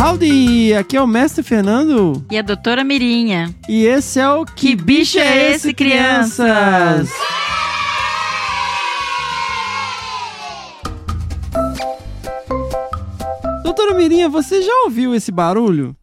Howdy! Aqui é o Mestre Fernando E a doutora Mirinha. e esse é o Que bicho é esse, crianças? Doutora Mirinha, você já ouviu esse barulho?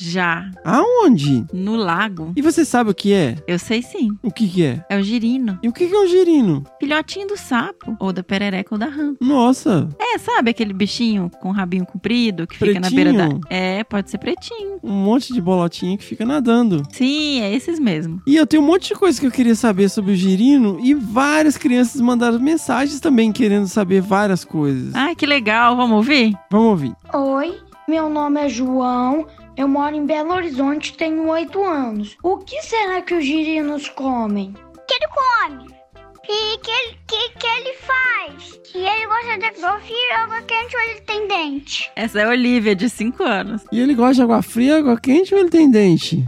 Já. Aonde? No lago. E você sabe o que é? Eu sei sim. O que que é? É o girino. E o que que é um girino? Filhotinho do sapo. Ou da perereca ou da rã. Nossa, É, sabe aquele bichinho com o rabinho comprido que fica na Pretinho? beira da. É, pode ser pretinho. um monte de bolotinha que fica nadando. Sim, é esses mesmo. E eu tenho um monte de coisa que eu queria saber sobre o girino e várias crianças mandaram mensagens também querendo saber várias coisas. Ai, que legal. Vamos ouvir? Vamos ouvir. Oi, meu nome é João, eu moro em Belo Horizonte, tenho oito anos. O que será que os girinos comem? E que ele, que, que ele faz? Que ele gosta de água fria, água quente ou ele tem dente? Essa é a Olivia, de 5 anos. E ele gosta de água fria, água quente ou ele tem dente?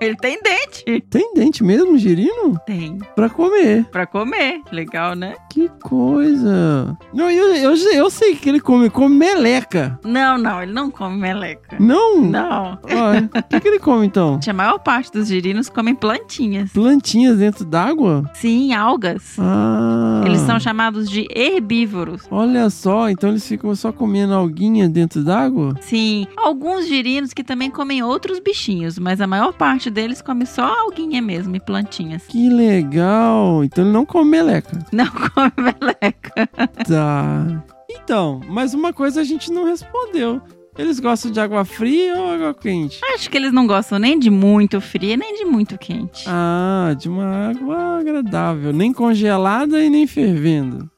Ele tem dente. Tem dente mesmo, girino? Tem. Pra comer. Pra comer. Legal, né? Que coisa. Não, eu, eu, eu sei que ele come, come meleca. Não, não. Ele não come meleca. Não? Não. Ó, O que, que ele come então? A maior parte dos girinos comem plantinhas. Plantinhas dentro d'água? Sim, algas. Ah. Eles são chamados de herbívoros. Olha só, então eles ficam só comendo alguinha dentro d'água? Sim, alguns girinos que também comem outros bichinhos, mas a maior parte deles come só alguinha mesmo e plantinhas. Que legal! Então ele não come meleca. Não come meleca. Tá. Então, mas uma coisa a gente não respondeu. Eles gostam de água fria ou água quente? Acho que eles não gostam nem de muito frio, nem de muito quente. Ah, de uma água agradável, nem congelada e nem fervendo.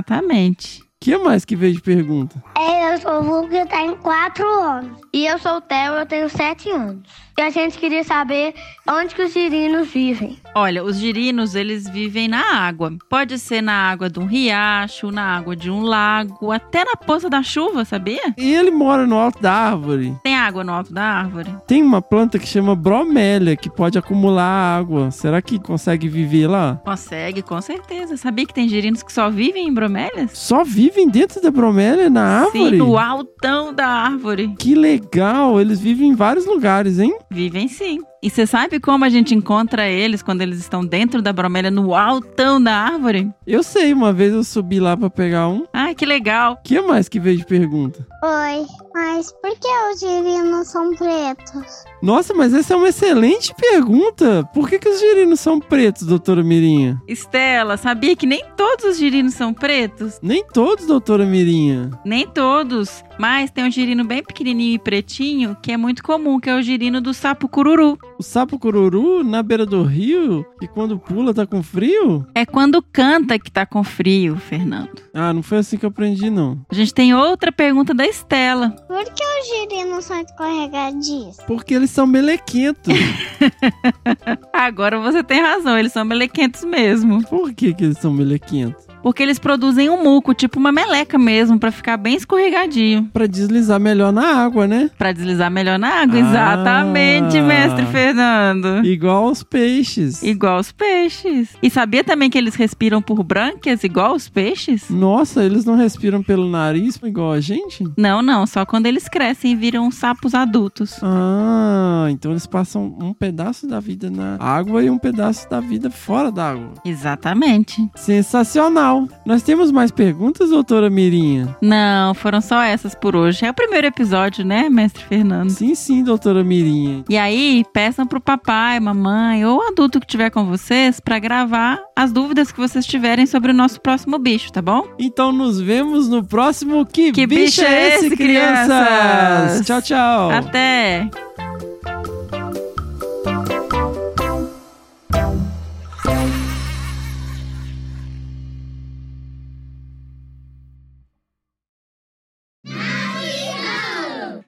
Exatamente. O que mais que veio de pergunta? É, eu sou o Lucas, eu tenho 4 anos. E eu sou o Theo, eu tenho 7 anos. E a gente queria saber onde que os girinos vivem. Olha, os girinos, eles vivem na água. Pode ser na água de um riacho, na água de um lago, até na poça da chuva, sabia? E ele mora no alto da árvore. Tem água no alto da árvore? Tem uma planta que chama bromélia, que pode acumular água. Será que consegue viver lá? Consegue, com certeza. Sabia que tem girinos que só vivem em bromélias? Só vivem dentro da bromélia, na árvore? Sim, no altão da árvore. Que legal! Eles vivem em vários lugares, hein? Vivem sim. E você sabe como a gente encontra eles quando eles estão dentro da bromélia, no altão da árvore? Eu sei, uma vez eu subi lá pra pegar um. O Ah, que legal! que mais que veio de pergunta? Oi, mas por que os girinos são pretos? Nossa, mas essa é uma excelente pergunta. Por que, que os girinos são pretos, doutora Mirinha? Estela, sabia que nem todos os girinos são pretos? Nem todos, doutora Mirinha. Nem todos. Mas tem um girino bem pequenininho e pretinho que é muito comum, que é o girino do sapo cururu. O sapo cururu na beira do rio, que quando pula tá com frio? É quando canta que tá com frio, Fernando. Ah, não foi assim que eu aprendi, não. A gente tem outra pergunta da Estela. Por que os girinos são escorregadiços? Porque eles são melequentos. Agora você tem razão, eles são melequentos mesmo. Por que, que eles são melequentos? Porque eles produzem um muco, tipo uma meleca mesmo, pra ficar bem escorregadio. Pra deslizar melhor na água, né? Pra deslizar melhor na água, Ah. exatamente, mestre Fernando. Igual os peixes. Igual os peixes. E sabia também que eles respiram por brânquias, igual os peixes? Nossa, eles não respiram pelo nariz igual a gente? Não, não, só quando eles crescem e viram sapos adultos. Ah, então eles passam um pedaço da vida na água e um pedaço da vida fora da água. Exatamente. Sensacional! Nós temos mais perguntas, doutora Mirinha? Não, foram só essas por hoje. É o primeiro episódio, né, mestre Fernando? Sim, sim, doutora Mirinha. E aí, peçam pro papai, mamãe ou adulto que tiver com vocês pra gravar as dúvidas que vocês tiverem sobre o nosso próximo bicho, tá bom? Então nos vemos no próximo Que, Que bicho é esse, crianças? Tchau, tchau! Até!